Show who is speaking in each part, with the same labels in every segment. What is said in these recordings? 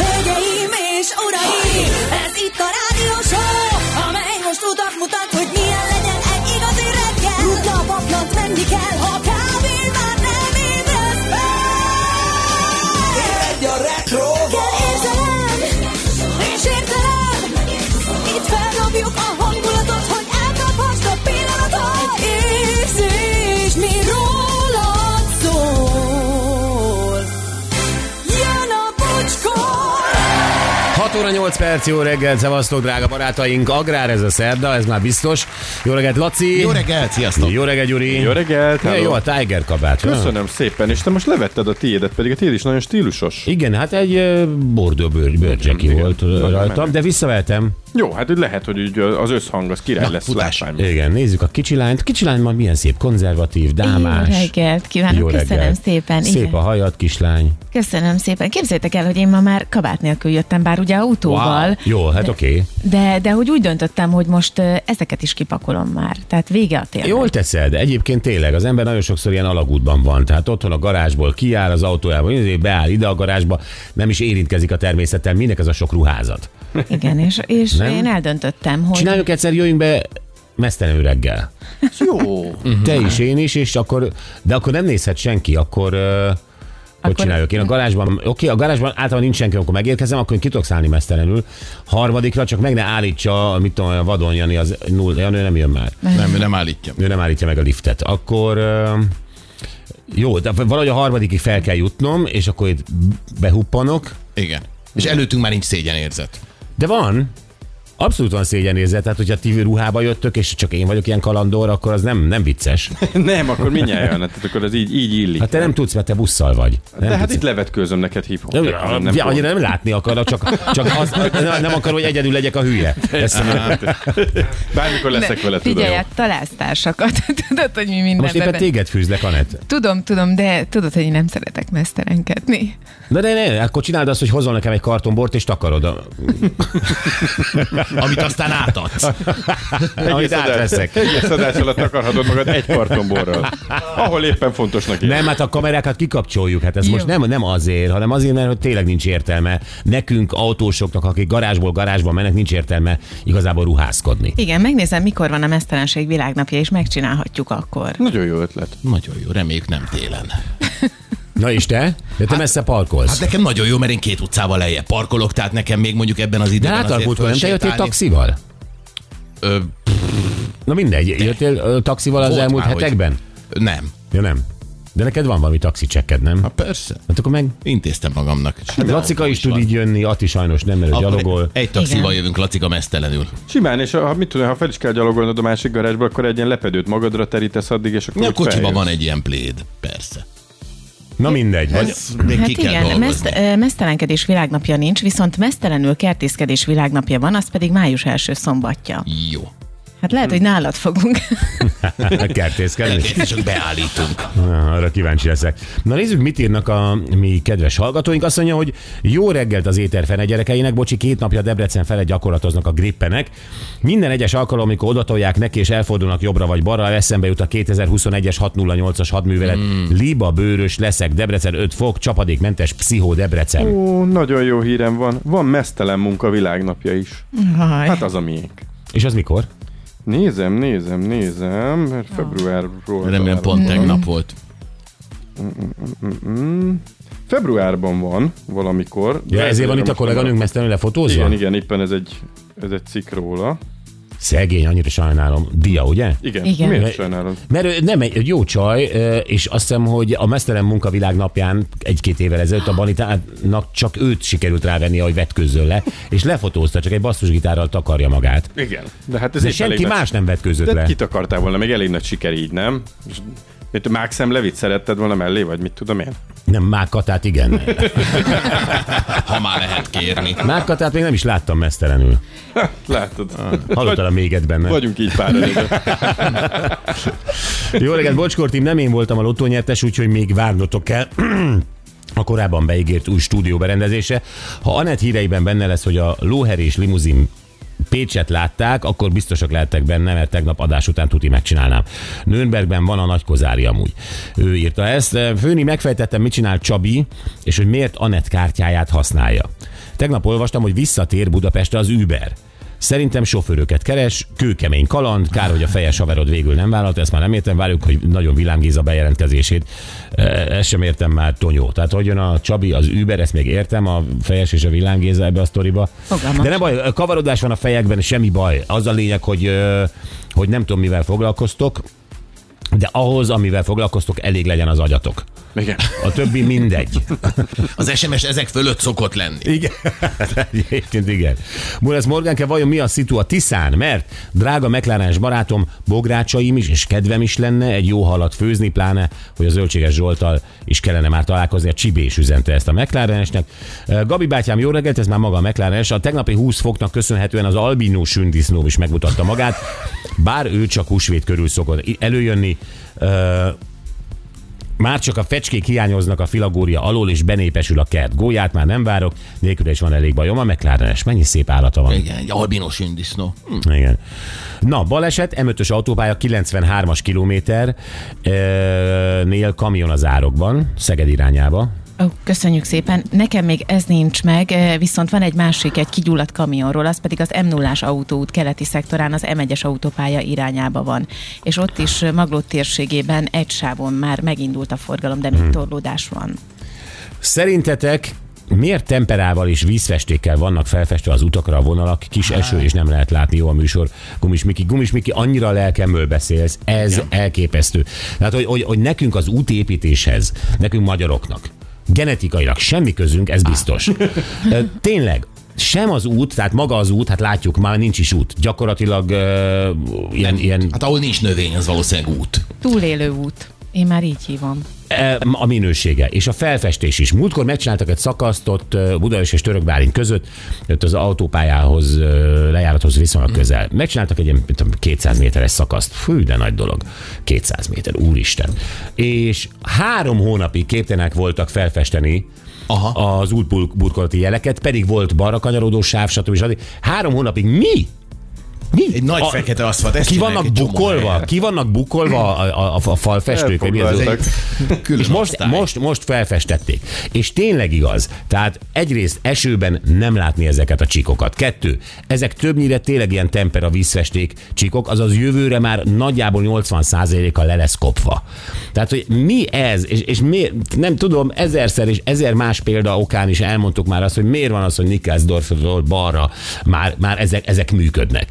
Speaker 1: Hölgyeim és uraim, ez itt a rádió show, amely most utat mutat, hogy milyen legyen egy igazi reggel. Rutna a paplant venni kell, ha kávé már nem ébresz fel.
Speaker 2: Egy a retro
Speaker 1: Kell érzelem, és értelem, itt feldobjuk a hangulatot, hogy elkaphast a pillanatot. Egy érzés, mi rólad szól. Jön a bocskor!
Speaker 3: 6 óra 8 perc, jó reggel, szevasztok, drága barátaink. Agrár ez a szerda, ez már biztos. Jó reggelt, Laci.
Speaker 4: Jó reggelt, sziasztok!
Speaker 3: Jó reggelt, Gyuri.
Speaker 5: Jó reggelt,
Speaker 3: Milyen
Speaker 5: hello.
Speaker 3: jó a Tiger kabát. nem?
Speaker 5: Köszönöm szépen, és te most levetted a tiédet, pedig a tiéd is nagyon stílusos.
Speaker 3: Igen, hát egy ö, bordó bőr, bőrcseki
Speaker 5: Igen,
Speaker 3: volt
Speaker 5: nagyon
Speaker 3: rajtam,
Speaker 5: menő.
Speaker 3: de visszaveltem.
Speaker 5: Jó, hát úgy lehet, hogy így az összhang az király lesz.
Speaker 4: futás.
Speaker 5: látvány.
Speaker 3: Igen, nézzük a kicsi lányt. Kicsi lány ma milyen szép, konzervatív, dámás.
Speaker 6: Jó reggelt kívánok,
Speaker 3: Jó
Speaker 6: köszönöm
Speaker 3: reggelt.
Speaker 6: szépen.
Speaker 3: Szép
Speaker 6: igen.
Speaker 3: a hajad, kislány.
Speaker 6: Köszönöm szépen. Képzeljétek el, hogy én ma már kabát nélkül jöttem, bár ugye autóval, wow.
Speaker 3: Jó, hát oké. Okay.
Speaker 6: Szóval. de, de hogy úgy döntöttem, hogy most ö, ezeket is kipakolom már. Tehát vége a télnek.
Speaker 3: Jól teszed, egyébként tényleg, az ember nagyon sokszor ilyen alagútban van. Tehát otthon a garázsból kiáll az autójából, izé, beáll ide a garázsba, nem is érintkezik a természettel, minek ez a sok ruházat.
Speaker 6: Igen, és, és
Speaker 3: Nem?
Speaker 6: én eldöntöttem, hogy...
Speaker 3: Csináljuk egyszer, jöjjünk be mesztelenül reggel.
Speaker 4: Ez Jó!
Speaker 3: Te is, én is, és akkor, de akkor nem nézhet senki, akkor... ö, Hogy
Speaker 6: Akkor-
Speaker 3: csináljuk? Én a garázsban, oké, okay, a garázsban általában nincs senki, amikor megérkezem, akkor én ki tudok szállni mesztelenül. Harmadikra csak meg ne állítsa, mit tudom, a vadon Jani, az null, Jani nem jön már.
Speaker 4: Nem, ő nem állítja.
Speaker 3: ő nem állítja meg a liftet, akkor ö, jó, de valahogy a harmadikig fel kell jutnom, és akkor itt behuppanok.
Speaker 4: Igen. És előttünk már nincs szégyenérzet.
Speaker 3: De van, abszolút van szégyenérzet, tehát hogyha ti ruhába jöttök, és csak én vagyok ilyen kalandor, akkor az nem, nem vicces.
Speaker 5: Nem, akkor mindjárt jön, tehát akkor ez így, így illik.
Speaker 3: Hát te nem tudsz, mert te busszal vagy.
Speaker 5: De
Speaker 3: Nem
Speaker 5: hát
Speaker 3: tudsz.
Speaker 5: itt levetkőzöm neked hip-hop.
Speaker 3: Nem,
Speaker 5: Tehát
Speaker 3: nem,
Speaker 5: nem
Speaker 3: ja,
Speaker 5: tudom.
Speaker 3: annyira nem látni akar, csak, csak az, nem- nem akar, hogy egyedül legyek a hülye. Ezt,
Speaker 5: Bármikor leszek vele, tudod.
Speaker 6: Figyelj, hát- a találsztársakat. Tudod, hogy mi mindenben...
Speaker 3: most éppen téged fűzlek, Anett.
Speaker 6: Tudom, tudom, de tudod, hogy én nem szeretek mesztelenkedni.
Speaker 3: De ne, ne, akkor csináld azt, hogy hozol nekem egy kartonbort, és takarod. A,
Speaker 4: Amit aztán átadsz.
Speaker 3: amit
Speaker 5: adás-
Speaker 3: átveszek.
Speaker 5: Egész adás alatt akarhatod magad egy karton borral. Ahol éppen fontosnak ér.
Speaker 3: Nem, hát a kamerákat kikapcsoljuk, hát ez
Speaker 6: Jó.
Speaker 3: most nem, nem azért, hanem azért, mert hogy tényleg nincs értelme. Nekünk, autósoknak, akik garázsból garázsba mennek, nincs értelme igazából ruházkodni.
Speaker 6: Igen, megnézem, mikor van a mesztelenség világnapja, és megcsinálhatjuk akkor.
Speaker 5: Nagyon jó ötlet.
Speaker 4: Nagyon jó, reméljük nem télen.
Speaker 3: Na és te? De te messze parkolsz.
Speaker 4: Hát nekem nagyon jó, mert én két utcával lejjebb parkolok, tehát nekem még mondjuk ebben az
Speaker 3: de
Speaker 4: időben
Speaker 3: átalkult, nem te jöttél
Speaker 4: fölsétálni-
Speaker 3: taxival?
Speaker 4: Ö,
Speaker 3: Na mindegy, jöttél ö, taxival az
Speaker 4: Volt
Speaker 3: elmúlt
Speaker 4: már, hogy-
Speaker 3: hetekben?
Speaker 4: Nem.
Speaker 3: Ja nem. De neked van valami taxicsekked, nem?
Speaker 4: Hát persze.
Speaker 3: Hát akkor meg
Speaker 4: Intéztem magamnak. Hát
Speaker 3: Lacika is tud így jönni, Ati sajnos nem, mert ő gyalogol.
Speaker 4: Egy taxival
Speaker 6: Igen.
Speaker 4: jövünk, Lacika mesztelenül.
Speaker 5: Simán, és ha, mit tudom, ha fel is kell gyalogolnod a másik garázsba, akkor egy ilyen lepedőt magadra terítesz addig, és akkor
Speaker 4: A
Speaker 5: úgy
Speaker 4: kocsiban
Speaker 5: feljössz.
Speaker 4: van egy ilyen pléd, persze.
Speaker 3: Na mindegy. Vagy...
Speaker 4: Ez még
Speaker 6: Hát
Speaker 4: ki kell
Speaker 6: igen,
Speaker 4: dolgozni.
Speaker 6: meszt, ö, mesztelenkedés világnapja nincs, viszont mesztelenül kertészkedés világnapja van, az pedig május első szombatja.
Speaker 4: Jó.
Speaker 6: Hát lehet, hogy nálad fogunk.
Speaker 3: Kertészkedni.
Speaker 4: Ezeket csak beállítunk.
Speaker 3: Na, Arra kíváncsi leszek. Na nézzük, mit írnak a mi kedves hallgatóink. Azt mondja, hogy jó reggelt az éter fene gyerekeinek. Bocsi, két napja Debrecen fele gyakorlatoznak a grippenek. Minden egyes alkalom, amikor odatolják neki és elfordulnak jobbra vagy balra, eszembe jut a 2021-es 608-as hadművelet. Mm.
Speaker 4: Hmm.
Speaker 3: Liba bőrös leszek, Debrecen 5 fok, csapadékmentes pszichó Debrecen.
Speaker 5: Ó, nagyon jó hírem van. Van mesztelen munka világnapja is.
Speaker 6: Haj.
Speaker 5: Hát az a miénk.
Speaker 3: És az mikor?
Speaker 5: Nézem, nézem, nézem, mert februárról...
Speaker 4: Remélem
Speaker 6: Mm-hmm.
Speaker 4: pont tegnap volt.
Speaker 5: Februárban van valamikor.
Speaker 3: Ja,
Speaker 5: de
Speaker 3: ezért van itt a
Speaker 5: most nem
Speaker 3: kolléganőnk mesztelenül lefotózva?
Speaker 5: Igen, igen, éppen ez egy, ez egy cikk róla.
Speaker 3: Szegény, annyira sajnálom. Dia, ugye?
Speaker 5: Igen,
Speaker 6: Igen.
Speaker 5: miért sajnálod?
Speaker 3: Mert ő nem egy egy jó csaj, ö, és azt hiszem, hogy a Mesztelen Munkavilág napján egy-két évvel ezelőtt a Banitának csak őt sikerült rávenni, hogy vetkőzzön le, és lefotózta, csak egy basszusgitárral takarja magát.
Speaker 5: Igen. De hát ez
Speaker 3: De
Speaker 5: épp elég
Speaker 3: senki
Speaker 5: nagy-
Speaker 3: más nem vetkőzött
Speaker 5: De
Speaker 3: le.
Speaker 5: kitakartál volna, még elég nagy siker így, nem? És mit, Mákszem Levit szeretted volna mellé, vagy mit tudom én?
Speaker 3: Nem, Mákkatát igen.
Speaker 4: Ha már lehet kérni.
Speaker 3: Mákkatát még nem is láttam mesztelenül.
Speaker 5: Látod?
Speaker 3: Ah. Hallottál a méget benne.
Speaker 5: Vagyunk így pár előre.
Speaker 3: Jó reggelt, Bocskortim, nem én voltam a lottónyertes, úgyhogy még várnotok kell a korábban beígért új stúdió berendezése. Ha Anett híreiben benne lesz, hogy a lóherés limuzin Pécset látták, akkor biztosak lehettek benne, mert tegnap adás után tuti megcsinálnám. Nürnbergben van a nagy kozári amúgy. Ő írta ezt. Főni megfejtettem, mit csinál Csabi, és hogy miért Anett kártyáját használja. Tegnap olvastam, hogy visszatér Budapestre az Uber. Szerintem sofőröket keres, kőkemény kaland, kár, hogy a fejes haverod végül nem vállalta, ezt már nem értem, várjuk, hogy nagyon világíz a bejelentkezését. E, Ezt sem értem már Tonyó. Tehát, hogy jön a Csabi, az Uber, ezt még értem, a fejes és a világíz ebbe a sztoriba.
Speaker 6: Fogalmam
Speaker 3: De nem baj, kavarodás van a fejekben, semmi baj. Az a lényeg, hogy, ö, hogy nem tudom, mivel foglalkoztok, de ahhoz, amivel foglalkoztok, elég legyen az agyatok.
Speaker 5: Igen.
Speaker 3: A többi mindegy.
Speaker 4: Az SMS ezek fölött szokott lenni.
Speaker 3: Igen. Egyébként igen. Murász Morgánke, vajon mi a szitu a Tiszán? Mert drága mclaren barátom, bográcsaim is, és kedvem is lenne egy jó halat főzni, pláne, hogy a zöldséges Zsoltal is kellene már találkozni. A Csibés üzente ezt a McLarenesnek. Gabi bátyám, jó reggelt, ez már maga a McLarenes. A tegnapi 20 foknak köszönhetően az albinó sündisznó is megmutatta magát, bár ő csak húsvét körül szokott előjönni. Ö, már csak a fecskék hiányoznak a filagória alól, és benépesül a kert. Gólyát már nem várok, nélküle is van elég bajom. A McLarenes, mennyi szép állata van.
Speaker 4: Igen, egy albinos indisznó. Hm.
Speaker 3: Igen. Na, baleset, M5-ös autópálya 93-as kilométer ö, nél kamion az árokban, Szeged irányába.
Speaker 6: Ó, köszönjük szépen. Nekem még ez nincs meg, eh, viszont van egy másik, egy kigyulladt kamionról, az pedig az m 0 autóút keleti szektorán az M1-es autópálya irányába van. És ott is eh, Maglód térségében egy sávon már megindult a forgalom, de még
Speaker 4: Mhm.
Speaker 6: torlódás van.
Speaker 3: Szerintetek miért temperával és vízfestékkel vannak felfestve az utakra a vonalak? Kis eső, és nem lehet látni jó a műsor. Gumis Miki, Gumis Miki, annyira lelkemről beszélsz, ez elképesztő. Tehát, hogy, hogy, hogy nekünk az útépítéshez, nekünk magyaroknak, genetikailag semmi közünk, ez biztos. Ö, Tényleg, sem az út, tehát maga az út, hát látjuk, már nincs is út. Gyakorlatilag uh, ilyen, ilyen
Speaker 4: Hát ahol nincs növény, az valószínűleg út.
Speaker 6: Túlélő út. Én már így hívom.
Speaker 3: E, a minősége, és a felfestés is. Múltkor megcsináltak egy szakaszt ott ö, Budaörs és Török Bálint között, ott az autópályához, ö, lejárathoz viszonylag közel. Megcsináltak egy ilyen mit tudom, 200 méteres szakaszt. Fű, de nagy dolog. 200 méter, úristen. És három hónapig képtelenek voltak felfesteni
Speaker 4: Aha.
Speaker 3: az útburkolati jeleket, pedig volt balra kanyarodó sáv, stb. stb. Három hónapig mi? Mi?
Speaker 4: Egy nagy
Speaker 3: A-
Speaker 4: fekete aszfalt. ezt
Speaker 3: Ki
Speaker 4: csinálják
Speaker 3: vannak
Speaker 4: egy csomó
Speaker 3: bukolva?
Speaker 4: helyen.
Speaker 3: Ki vannak bukolva a, a, a, a falfestők? vagy mi az?
Speaker 5: Elfoglaltak.
Speaker 4: Külön
Speaker 3: És most,
Speaker 4: osztály.
Speaker 3: most, most felfestették. És tényleg igaz. Tehát egyrészt esőben nem látni ezeket a csíkokat. Kettő, ezek többnyire tényleg ilyen tempera vízfesték csíkok, azaz jövőre már nagyjából 80%-a le lesz kopva. Tehát, hogy mi ez, és, és miért, nem tudom, ezerszer és ezer más példa okán is elmondtuk már azt, hogy miért van az, hogy Nikkelsdorfról balra már, már ezek, ezek működnek.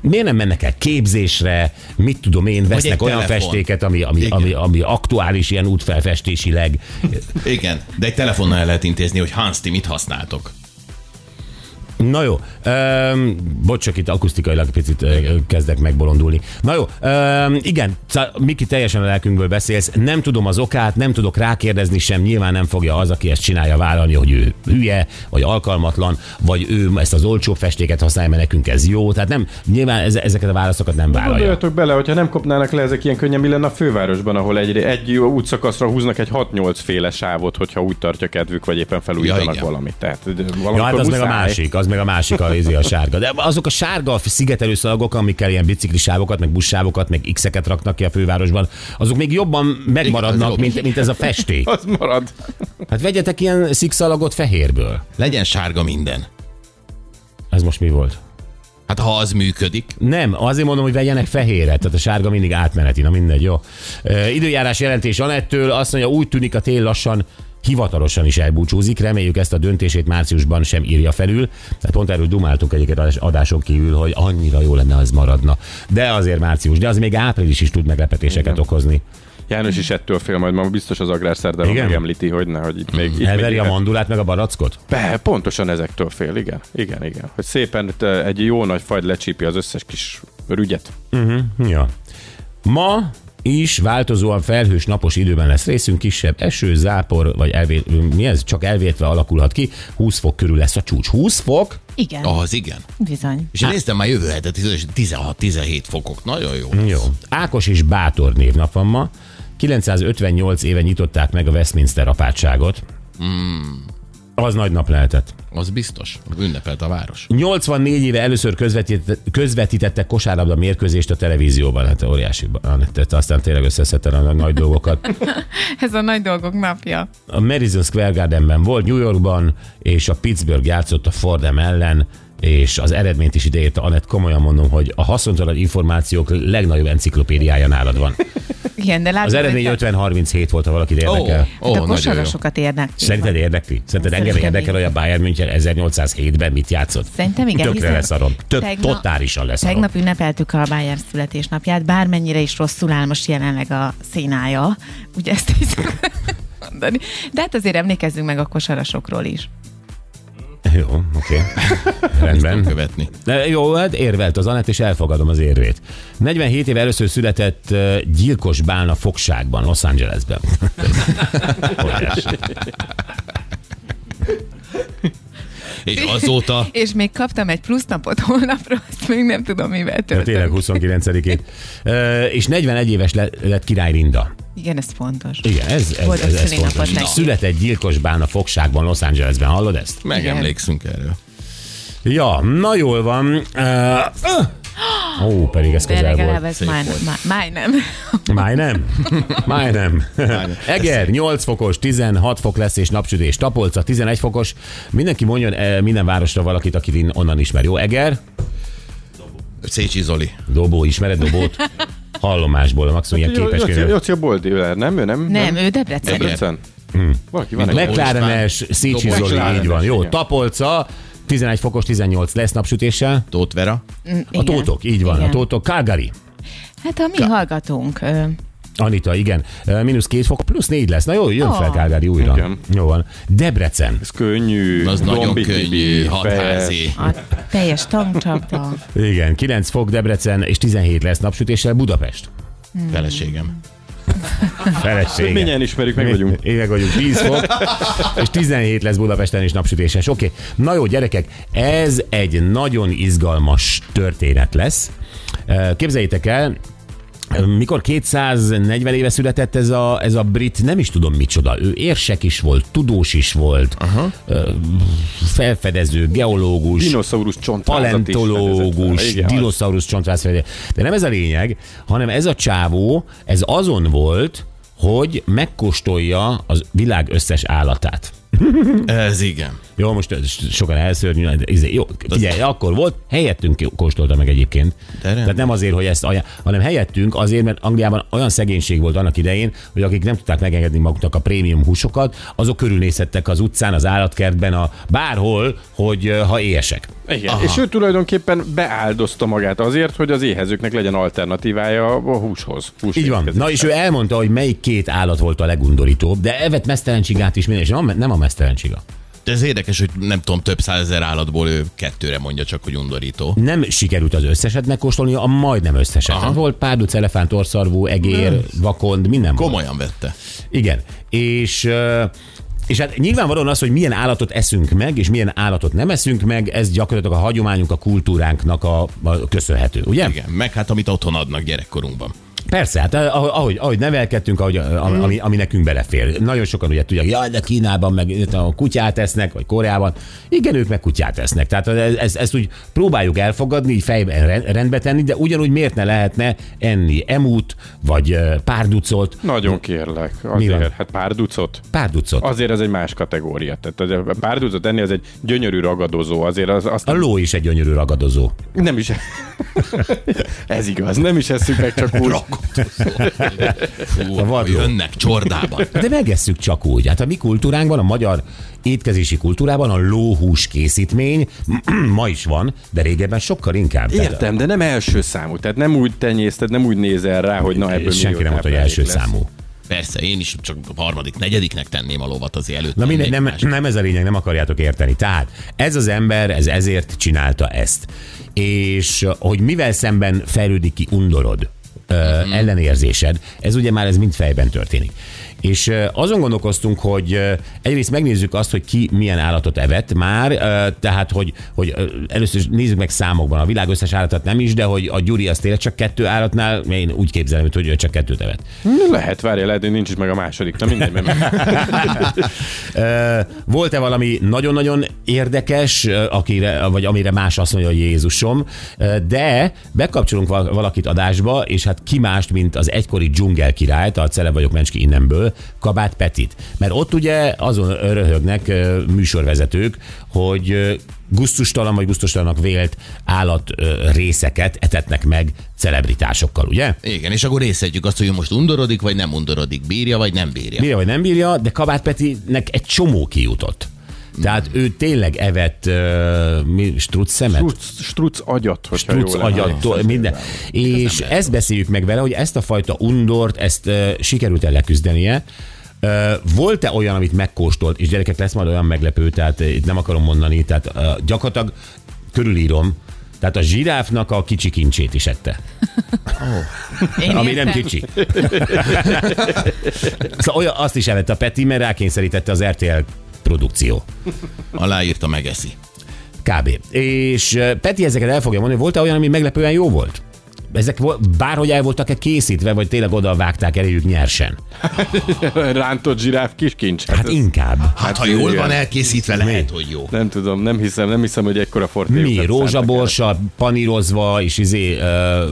Speaker 3: Miért nem mennek el képzésre, mit tudom én, vesznek olyan
Speaker 4: telefon.
Speaker 3: festéket, Hát, ami, ami,
Speaker 4: Igen.
Speaker 3: ami, ami aktuális ilyen útfelfestésileg.
Speaker 4: Igen, de egy telefonnal el lehet intézni, hogy Hans, ti mit használtok.
Speaker 3: Na jó, öm, bocs, csak itt akusztikailag picit ö, ö, kezdek megbolondulni. Na jó, öm, igen, szá- Miki, teljesen a lelkünkből beszélsz, nem tudom az okát, nem tudok rákérdezni sem, nyilván nem fogja az, aki ezt csinálja vállalni, hogy ő hülye, vagy alkalmatlan, vagy ő ezt az olcsó festéket használja, mert nekünk ez jó, tehát nem, nyilván eze- ezeket a válaszokat nem vállalja.
Speaker 5: Gondoljatok bele, hogyha nem kopnának le ezek ilyen könnyen, mi lenne a fővárosban, ahol egy, egy jó útszakaszra húznak egy 6-8 féle sávot, hogyha úgy tartja kedvük, vagy éppen
Speaker 4: Ja,
Speaker 5: felújítanak
Speaker 4: igen.
Speaker 5: valamit. Tehát
Speaker 3: Ja, hát az
Speaker 5: muszáj.
Speaker 3: meg a másik, az meg a másik, a, izé, a sárga. De azok a sárga szigetelő szalagok, amikkel ilyen biciklisávokat, meg buszsávokat, meg x-eket raknak ki a fővárosban, azok még jobban
Speaker 4: Igen, az
Speaker 3: megmaradnak,
Speaker 4: jobb.
Speaker 3: mint, mint ez a festék.
Speaker 5: Az marad.
Speaker 3: Hát vegyetek ilyen szikszalagot fehérből.
Speaker 4: Legyen sárga minden.
Speaker 3: Ez most mi volt?
Speaker 4: Hát ha az működik,
Speaker 3: Nem, azért mondom, hogy vegyenek fehéret, tehát a sárga mindig átmeneti, na mindegy, jó. E, időjárás jelentés Anettől azt mondja, úgy tűnik a tél lassan hivatalosan is elbúcsúzik, reméljük ezt a döntését márciusban sem írja felül. Tehát pont erről dumáltunk egyébként adás- adáson kívül, hogy annyira jó lenne, ha ez maradna. De azért március, de az még április is tud meglepetéseket Igen. okozni.
Speaker 5: János is ettől fél, majd ma biztos az agrárszerdában
Speaker 3: Igen?
Speaker 5: megemlíti, hogy ne, hogy itt még... Itt
Speaker 3: Elveri
Speaker 5: még
Speaker 3: a mandulát meg a barackot?
Speaker 5: Be, pontosan ezektől fél, igen. Igen, igen. Hogy szépen te- egy jó nagy fagy lecsípi az összes kis rügyet.
Speaker 3: Ja. Ma is változóan felhős napos időben lesz részünk, kisebb eső, zápor, vagy elvét, mi ez? Csak elvétve alakulhat ki, 20 fok körül lesz a csúcs. 20 fok?
Speaker 6: Igen,
Speaker 4: az igen.
Speaker 6: bizony.
Speaker 4: És én
Speaker 3: Hát-
Speaker 4: néztem már jövő hetet, 16-17 fokok. Nagyon jó.
Speaker 3: Jó. Ákos és Bátor névnap van ma. 958 éve nyitották meg a Westminster apátságot. Az nagy nap lehetett.
Speaker 4: Az biztos. Ünnepelt a város.
Speaker 3: 84 éve először közvetít, közvetítettek kosárlabda mérkőzést a televízióban. Hát óriási. Tehát aztán tényleg összeszedte a nagy dolgokat.
Speaker 6: Ez a nagy dolgok napja.
Speaker 3: A Madison Square Gardenben volt New Yorkban, és a Pittsburgh játszott a Fordham ellen, és az eredményt is ideérte, Anett, komolyan mondom, hogy a haszontalan információk legnagyobb enciklopédiája nálad van.
Speaker 6: Igen, de látod,
Speaker 3: Az eredmény
Speaker 6: hogy
Speaker 3: 50-37 volt, ha valakit
Speaker 4: Ó,
Speaker 3: érdekel.
Speaker 4: ó,
Speaker 6: a, a
Speaker 4: nagyon jó.
Speaker 6: kosarasokat érnek.
Speaker 3: Szerinted érdekli? Szerinted engem
Speaker 6: Szerintem
Speaker 3: érdekel, hogy a Bayern München 1807-ben mit játszott?
Speaker 6: Szerintem igen,
Speaker 3: Tökre
Speaker 6: hiszen
Speaker 3: leszarom. Tök
Speaker 6: tegnap-
Speaker 3: totálisan leszarom.
Speaker 6: Tegnap ünnepeltük a Bayern születésnapját, bármennyire is rosszul áll most jelenleg a szénája, ugye ezt is mondani. De hát azért emlékezzünk meg a kosarasokról is.
Speaker 3: Jó, oké. Rendben.
Speaker 4: Követni.
Speaker 3: De jó, hát érvelt az Anett, és elfogadom az érvét. 47 éve először született ö, gyilkos bálna fogságban, Los Angelesben. Óriási.
Speaker 4: És azóta
Speaker 6: És még kaptam egy plusz napot holnapra, azt még nem tudom, mivel
Speaker 3: Ja,
Speaker 6: töltöm.
Speaker 3: Tényleg 29-ét. Ö, És 41 éves le- lett király Rinda.
Speaker 6: Igen, ez fontos.
Speaker 3: Igen, ez, ez,
Speaker 6: Boldog
Speaker 3: ez, ez
Speaker 6: szülinapot
Speaker 3: fontos.
Speaker 6: neki.
Speaker 3: Született gyilkos bálna fogságban, Los Angelesben. Hallod ezt?
Speaker 4: megemlékszünk erről.
Speaker 3: Ja, na jól van. Ö, Ó, pedig ez
Speaker 6: De
Speaker 3: közel
Speaker 6: legalább
Speaker 3: volt.
Speaker 6: ez már, már, már nem.
Speaker 3: Máj nem. Máj nem. Eger, 8 fokos, 16 fok lesz és napsütés. Tapolca, 11 fokos. Mindenki mondjon eh, minden városra valakit, akit in- onnan ismer. Jó, Eger?
Speaker 4: Szécsi Zoli.
Speaker 3: Dobó, ismered Dobót? Hallomásból, maximum ilyen képes
Speaker 5: Jóci-
Speaker 3: kérdő.
Speaker 5: Jóci a boldi őr, nem? Ő nem?
Speaker 6: Nem, ő Debrecen.
Speaker 4: Debrecen.
Speaker 5: Debrecen?
Speaker 3: Hm.
Speaker 5: Valaki van egy
Speaker 3: McLarenes, Szécsi
Speaker 4: Dobó
Speaker 3: Zoli,
Speaker 5: István.
Speaker 3: így van. Jó,
Speaker 5: Igen.
Speaker 3: Tapolca, 11 fokos, 18 lesz napsütéssel.
Speaker 4: Tóth Vera.
Speaker 3: A
Speaker 6: Igen.
Speaker 3: tótok, így van,
Speaker 6: Igen.
Speaker 3: a tótok. Calgary.
Speaker 6: Hát a mi hallgatónk. ö,
Speaker 3: Anita, igen. Ö, Mínusz két fok, plusz négy lesz. Na jó, jön fel
Speaker 6: Ah.
Speaker 3: Calgary újra.
Speaker 5: Igen.
Speaker 3: Jó van. Debrecen.
Speaker 5: Ez könnyű.
Speaker 4: Az nagyon
Speaker 5: Dombi
Speaker 4: könnyű.
Speaker 5: Tibi,
Speaker 4: Hatházi.
Speaker 6: A teljes tankcsapda.
Speaker 3: Igen, 9 fok Debrecen, és 17 lesz napsütéssel Budapest.
Speaker 4: Feleségem.
Speaker 3: Felesége.
Speaker 5: Persze. Mindjárt ismerjük, meg vagyunk.
Speaker 3: Évek vagyunk, 10 fok, és 17 lesz Budapesten is napsütéses. Oké, okay. na jó gyerekek, ez egy nagyon izgalmas történet lesz. Ö, Képzeljétek el, ö, mikor 240 éve született ez a, ez a brit, nem is tudom micsoda, ő érsek is volt, tudós is volt, Aha. felfedező, geológus,
Speaker 5: Dinoszaurusz csontvázat is fedezett
Speaker 3: paleontológus,
Speaker 5: fel. Igen, az-
Speaker 3: dinoszaurusz csontvászfejlő. De nem ez a lényeg, hanem ez a csávó, ez azon volt, hogy megkóstolja az világ összes állatát.
Speaker 4: Ez igen.
Speaker 3: Jó, most ez sokan elszörnyű, de izé- jó, figyelj, akkor volt, helyettünk kóstolta meg egyébként.
Speaker 4: rendben.
Speaker 3: Tehát nem azért, hogy ezt ajánl, hanem helyettünk azért, mert Angliában olyan szegénység volt annak idején, hogy akik nem tudták megengedni maguknak a prémium húsokat, azok körülnézhettek az utcán, az állatkertben, a bárhol, hogy ö, ha éhesek.
Speaker 5: Igen. És ő tulajdonképpen beáldozta magát azért, hogy az éhezőknek legyen alternatívája a húshoz. Hús
Speaker 3: Így van. Na és ő elmondta, hogy melyik két állat volt a legundorítóbb, de evett mesztelencsigát is minden, és nem a- nem a mesztelencsiga.
Speaker 4: De ez érdekes, hogy nem tudom, több százezer állatból ő kettőre mondja csak, hogy undorító.
Speaker 3: Nem sikerült az összeset megkóstolni, a majdnem összeset. Aha. Volt párduc, elefánt, orszarvú, egér, vakond, minden volt.
Speaker 4: Komolyan vette.
Speaker 3: Igen. És ö, és hát nyilvánvalóan az, hogy milyen állatot eszünk meg, és milyen állatot nem eszünk meg, ez gyakorlatilag a hagyományunk, a kultúránknak a, a köszönhető, ugye?
Speaker 4: Igen, meg hát amit otthon adnak gyerekkorunkban.
Speaker 3: Persze, hát eh, ahogy, ahogy, ahogy nevelkedtünk, ahogy, eh, ami, ami, ami nekünk belefér. Nagyon sokan ugye tudják, jaj, de Kínában meg eh, a kutyát esznek, vagy Koreában. Igen, ők meg kutyát esznek. Tehát ez, ez, ezt úgy próbáljuk elfogadni, így fejben re- rendbe tenni, de ugyanúgy miért ne lehetne enni emút, vagy eh, párducot,
Speaker 5: Nagyon kérlek.
Speaker 3: Mi van?
Speaker 5: Azért. Hát pár ducot.
Speaker 3: párducot.
Speaker 5: Azért ez egy más kategória. Tehát azért a pár ducot enni, az egy gyönyörű ragadozó. Azért az, azt
Speaker 3: A ló is egy gyönyörű ragadozó.
Speaker 5: nem is... ez igaz. Nem is eszünk meg csak úgy.
Speaker 4: Fú,
Speaker 3: A vadló.
Speaker 4: jönnek csordában.
Speaker 3: De megesszük csak úgy. Hát a mi kultúránkban, a magyar étkezési kultúrában a lóhús készítmény ma is van, de régebben sokkal inkább. Tehát-
Speaker 5: Értem, de nem első számú. Tehát nem úgy tenyészted, nem úgy nézel rá, hogy na ebből
Speaker 3: Senki
Speaker 5: millió
Speaker 3: nem mondta, hogy
Speaker 5: táplálék
Speaker 3: első
Speaker 5: lesz.
Speaker 3: számú.
Speaker 4: Persze, én is csak a harmadik, negyediknek tenném a lovat azért előtt.
Speaker 3: Na mindegy,
Speaker 4: lennék
Speaker 3: nem,
Speaker 4: más.
Speaker 3: nem ez a lényeg, nem akarjátok érteni. Tehát ez az ember, ez ezért csinálta ezt. És hogy mivel szemben
Speaker 5: Mhm.
Speaker 3: fejlődik ki undorod, ö, ellenérzésed, ez ugye már ez mind fejben történik. És ö, azon gondolkoztunk, hogy ö, egyrészt megnézzük azt, hogy ki milyen állatot evett már, ö, tehát hogy, hogy ö, először is nézzük meg számokban, a világ összes állatát nem is, de hogy a Gyuri azt tényleg csak kettő állatnál, én úgy képzelem, hogy ő csak kettőt evett.
Speaker 5: Lehet, várja, lehet, hogy nincs is meg a második. Na mindegy, mert
Speaker 3: Ö, Volt-e valami nagyon-nagyon érdekes, ö, akire, vagy amire más azt mondja, hogy Jézusom, Ö, de bekapcsolunk val- valakit adásba, és hát ki mást, mint az egykori dzsungel királyt, a Celeb vagyok Mencski innenből, Kabát Petit. Mert ott ugye azon röhögnek ö, műsorvezetők, hogy ö, gusztustalan vagy gusztustalannak vélt állat ö, részeket etetnek meg celebritásokkal, ugye?
Speaker 4: Igen, és akkor részletjük azt, hogy ő most undorodik, vagy nem undorodik, bírja, vagy nem bírja.
Speaker 3: bírja vagy nem bírja, de Kabát Petinek egy csomó kijutott. Tehát ő tényleg evett uh, mi, struc szemet?
Speaker 5: struc, struc agyat, hogyha
Speaker 3: Struc
Speaker 5: jól emlékszem.
Speaker 3: agyattól, minden. És ezt beszéljük meg vele, hogy ezt a fajta undort, ezt uh, sikerült el leküzdenie. Ö, Volt-e olyan, amit megkóstolt, és gyerekek, lesz majd olyan meglepő, tehát ö, itt nem akarom mondani, tehát uh, gyakorlatilag körülírom, tehát a zsiráfnak a kicsi kincsét is ette.
Speaker 6: Én
Speaker 3: Ami
Speaker 6: értem.
Speaker 3: nem kicsi. szóval olyan, azt is evett a Peti, mert rákényszerítette az RTL produkció.
Speaker 4: Aláírta, megeszi.
Speaker 3: Hát Kb. És eh, Peti ezeket el fogja mondani, volt-e olyan, ami meglepően jó volt? Ezek vo- bárhogy el voltak-e készítve, vagy tényleg oda vágták eléjük nyersen?
Speaker 5: Rántott zsiráf kiskincs. Hát
Speaker 3: Hát
Speaker 5: ez-
Speaker 3: inkább.
Speaker 4: Hát, ha jól
Speaker 5: igen.
Speaker 4: van elkészítve, lehet, hogy jó.
Speaker 5: nem tudom, nem hiszem, nem hiszem, hogy ekkora fortéjukat
Speaker 3: Mi?
Speaker 5: szántak erre.
Speaker 3: Rózsaborssal, panírozva, és izé, ö,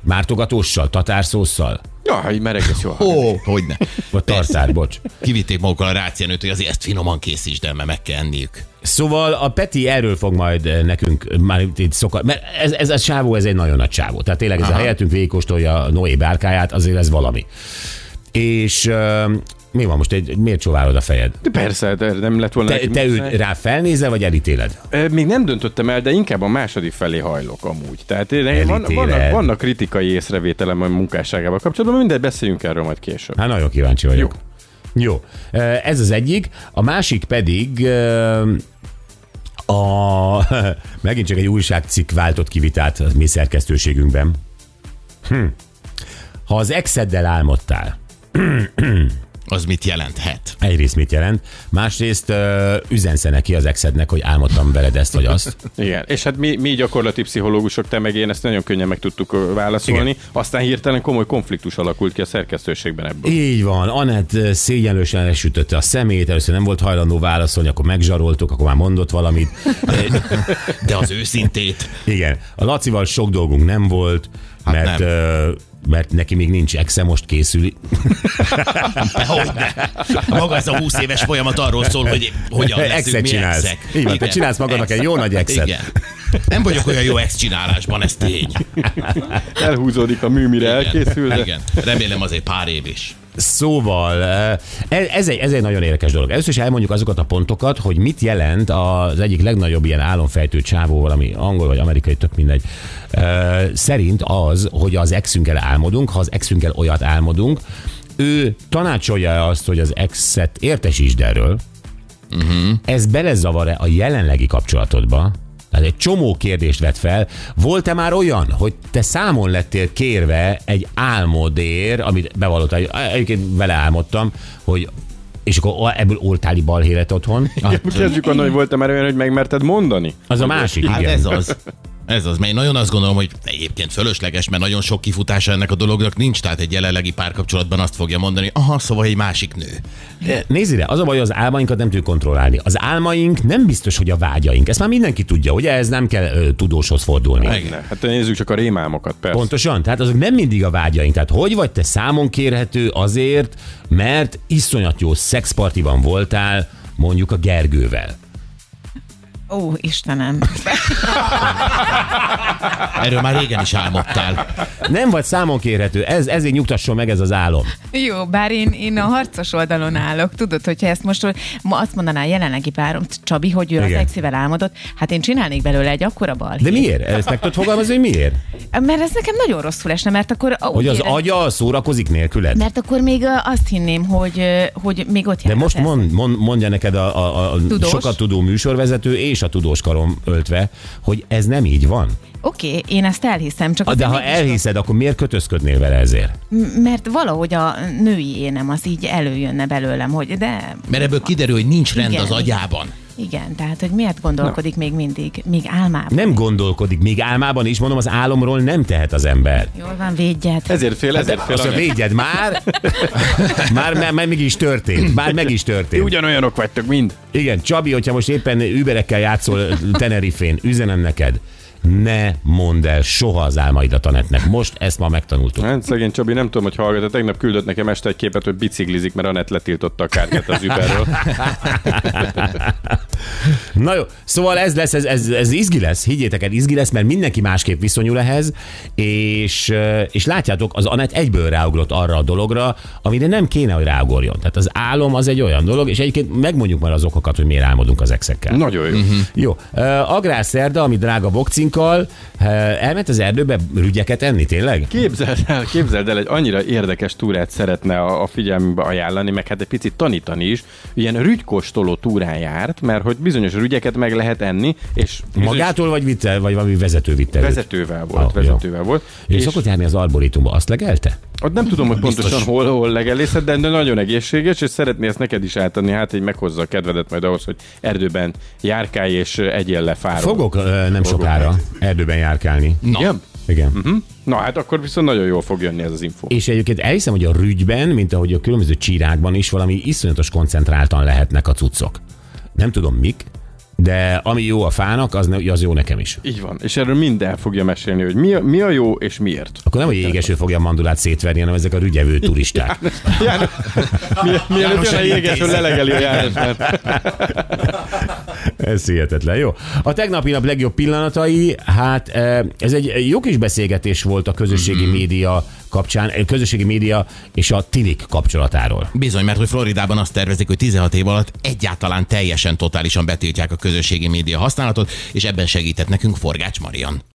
Speaker 3: mártogatóssal, tatárszósszal?
Speaker 5: Jaj, mereges jó.
Speaker 4: Ó, oh, hogyne.
Speaker 3: Vagy tartár, bocs.
Speaker 4: Kivitték magukkal a rácienőt, hogy azért ezt finoman készítsd el, mert meg kell enniük.
Speaker 3: Szóval a Peti erről fog majd eh, nekünk már itt- itt szokat, mert ez, ez a sávó, ez egy nagyon nagy sávó. Tehát tényleg ez Aha. a helyettünk végigkóstolja a Noé bárkáját, azért ez valami. És ö, mi van most? Egy, miért csóválod a fejed?
Speaker 5: De persze, hát erre nem lett volna.
Speaker 3: Te,
Speaker 5: neki
Speaker 3: te
Speaker 5: muszáj.
Speaker 3: őt rá felnézel, vagy elítéled?
Speaker 5: Ö, Még nem döntöttem el, de inkább a második felé hajlok amúgy. Tehát én- van,
Speaker 3: Elítéled.
Speaker 5: vannak, vannak kritikai észrevételem a munkásságával kapcsolatban, mindegy, beszéljünk erről majd később.
Speaker 3: Hát nagyon kíváncsi vagyok.
Speaker 5: Jó.
Speaker 3: Jó. Ö, Ez az egyik. A másik pedig ö, a, megint csak egy újságcikk váltott ki vitát a mi szerkesztőségünkben. Hm. Ha az exeddel álmodtál,
Speaker 4: Az mit jelenthet?
Speaker 3: Egyrészt mit jelent, másrészt ö, üzensze neki az exednek, hogy álmodtam veled ezt vagy azt.
Speaker 5: Igen. És hát mi, mi gyakorlati pszichológusok, te meg én ezt nagyon könnyen meg tudtuk ö, válaszolni. Igen. Aztán hirtelen komoly konfliktus alakult ki a szerkesztőségben ebből.
Speaker 3: Így van, Anett ö, szégyenlősen lesütötte a szemét, először nem volt hajlandó válaszolni, akkor megzsaroltuk, akkor már mondott valamit.
Speaker 4: De az őszintét.
Speaker 3: Igen, a Lacival sok dolgunk nem volt, hát mert,
Speaker 4: nem.
Speaker 3: Ö, mert neki még nincs exe, most készül.
Speaker 4: Hogyne. Maga ez a 20 éves folyamat arról szól, hogy hogyan leszünk
Speaker 3: Exet
Speaker 4: mi
Speaker 3: csinálsz.
Speaker 4: exek.
Speaker 3: Így van, te
Speaker 4: Igen.
Speaker 3: csinálsz magadnak egy jó nagy exet.
Speaker 4: Igen. Nem vagyok olyan jó ex csinálásban, ez tény.
Speaker 5: Elhúzódik a mű, mire elkészül.
Speaker 4: Igen.
Speaker 5: De...
Speaker 4: Igen. Remélem azért pár év is.
Speaker 3: Szóval, eh, ez egy, ez egy nagyon érdekes dolog. Először is elmondjuk azokat a pontokat, hogy mit jelent az egyik legnagyobb ilyen álomfejtő csávó, valami angol vagy amerikai, tök mindegy, eh, szerint az, hogy az exünkkel álmodunk, ha az exünkkel olyat álmodunk, ő tanácsolja azt, hogy az exet értesítsd erről, ez belezavar-e a jelenlegi kapcsolatodba? Tehát egy csomó kérdést vet fel. Volt-e már olyan, hogy te számon lettél kérve egy álmodér, amit bevallottál, egyébként vele álmodtam, hogy és akkor ebből oltáli balhélet otthon?
Speaker 5: Kezdjük onnan, hogy voltam már olyan, hogy megmerted mondani.
Speaker 3: Az a másik,
Speaker 4: Hát
Speaker 3: igen.
Speaker 4: ez az. Ez az, mert én nagyon azt gondolom, hogy egyébként fölösleges, mert nagyon sok kifutása ennek a dolognak nincs, tehát egy jelenlegi párkapcsolatban azt fogja mondani, aha, szóval egy másik nő.
Speaker 3: Nézd ide, az a baj, hogy az álmainkat nem tudjuk kontrollálni. Az álmaink nem biztos, hogy a vágyaink. Ezt már mindenki tudja, ugye? Ez nem kell ö, tudóshoz fordulni.
Speaker 5: Ne. Hát nézzük csak a rémámokat, persze.
Speaker 3: Pontosan, tehát azok nem mindig a vágyaink. Tehát hogy vagy te számon kérhető azért, mert iszonyat jó szexpartiban voltál, mondjuk a Gergővel.
Speaker 6: Ó, Istenem.
Speaker 4: Erről már régen is álmodtál.
Speaker 3: Nem vagy számon kérhető, ez, ezért nyugtasson meg ez az álom.
Speaker 6: Jó, bár én, én a harcos oldalon állok, tudod, hogyha ezt most ma azt mondaná a jelenlegi párom, Csabi, hogy ő Igen. az
Speaker 3: Igen.
Speaker 6: exivel álmodott, hát én csinálnék belőle egy akkora balhét.
Speaker 3: De miért? Ezt meg tudod fogalmazni, hogy miért?
Speaker 6: Mert ez nekem nagyon rosszul esne, mert akkor... a-
Speaker 3: Hogy
Speaker 6: úgy
Speaker 3: az
Speaker 6: érez-
Speaker 3: agya szórakozik nélküled?
Speaker 6: Mert akkor még ö, azt hinném, hogy, ö, hogy még ott
Speaker 3: De
Speaker 6: jár
Speaker 3: most
Speaker 6: az ex.
Speaker 3: mond, mond, mondja neked a, a, a
Speaker 6: Tudós.
Speaker 3: sokat tudó műsorvezető és is a tudós karom öltve, hogy ez nem így van.
Speaker 6: Oké, okay, én ezt elhiszem, csak
Speaker 3: Ah, De
Speaker 6: aztán
Speaker 3: ha
Speaker 6: mégis-
Speaker 3: elhiszed, akkor miért kötözködnél vele ezért?
Speaker 6: M- Mert valahogy a női énem az így előjönne belőlem, hogy de...
Speaker 4: Mert ebből kiderül, hogy nincs rend
Speaker 6: Igen.
Speaker 4: az agyában.
Speaker 6: Igen, tehát hogy miért gondolkodik még mindig, még álmában.
Speaker 3: Nem gondolkodik, még álmában is, mondom, az álomról nem tehet az ember.
Speaker 6: Jól van, védjed.
Speaker 5: Ezért fél,
Speaker 4: Hát,
Speaker 5: ezért fél.
Speaker 3: Azt mondja,
Speaker 5: Anett.
Speaker 3: védjed már, már, már, már meg is történt, már meg is
Speaker 5: Ti
Speaker 3: történt.
Speaker 5: ugyanolyanok vagytok mind.
Speaker 3: Igen, Csabi, hogyha most éppen überekkel játszol Tenerifén, üzenem neked, ne mondd el soha az álmaidat a netnek. Most ezt ma megtanultuk.
Speaker 5: Hát szegény Csabi, nem tudom, hogy hallgat, de tegnap küldött nekem este egy képet, hogy biciklizik, mert Anett letiltotta a kártyát az Uberről.
Speaker 3: Na jó, szóval ez lesz, ez, ez, ez izgi lesz, higgyétek el, izgi lesz, mert mindenki másképp viszonyul ehhez, és, ö, és látjátok, az Anett egyből ráugrott arra a dologra, amire nem kéne, hogy ráugorjon. Tehát az álom az egy olyan dolog, és egyébként megmondjuk már az okokat, hogy miért álmodunk az exekkel.
Speaker 5: Nagyon jó.
Speaker 4: Mhm.
Speaker 3: Jó, ö, agrárszerda, ami drága bokcinkkal, ö, elment az erdőbe rügyeket enni, tényleg?
Speaker 5: Képzeld el, képzeld el, egy annyira érdekes túrát szeretne a, a figyelmünkbe ajánlani, meg hát egy picit tanítani is. Ilyen rügykóstoló túrán járt, mert hogy bizonyos rügyeket meg lehet enni, és bizonyos
Speaker 3: Magától vagy vitte, vagy valami vezető vitte őt?
Speaker 5: vezetővel volt,
Speaker 3: Ah, jó.
Speaker 5: vezetővel volt.
Speaker 3: Ő szokott járni az arborétumba, azt legelte?
Speaker 5: Ott nem tudom, hogy
Speaker 4: Biztos.
Speaker 5: pontosan hol, hol legelészed, de nagyon egészséges, és szeretné ezt neked is átadni. Hát így meghozza a kedvedet majd ahhoz, hogy erdőben járkálj és egyél le fáról.
Speaker 3: Fogok ö, nem sokára erdőben járkálni.
Speaker 4: Na,
Speaker 5: Igen?
Speaker 3: Igen.
Speaker 5: Na hát akkor viszont nagyon jól fog jönni ez az info.
Speaker 3: És egyébként elhiszem, hogy a rügyben, mint ahogy a különböző csírákban is valami iszonyatos koncentráltan lehetnek a cuccok. Nem tudom mik, de ami jó a fának, az, ne, az jó nekem is.
Speaker 5: Így van, és erről mind el fogja mesélni, hogy mi a, mi a jó és miért.
Speaker 3: Akkor nem, hogy égeső fogja a mandulát szétverni, hanem ezek a rügyevő turisták.
Speaker 5: János, mi, mielőtt jön a jéges, hogy lelegeli a János, mert
Speaker 3: Ez hihetetlen, jó. A tegnapi nap legjobb pillanatai, hát eh, ez egy jó kis beszélgetés volt a közösségi média kapcsán, eh, közösségi média és a tinik kapcsolatáról.
Speaker 4: Bizony, mert hogy Floridában azt tervezik, hogy 16 év alatt egyáltalán teljesen totálisan betiltják a közösségi média használatot, és ebben segített nekünk Forgács Marian.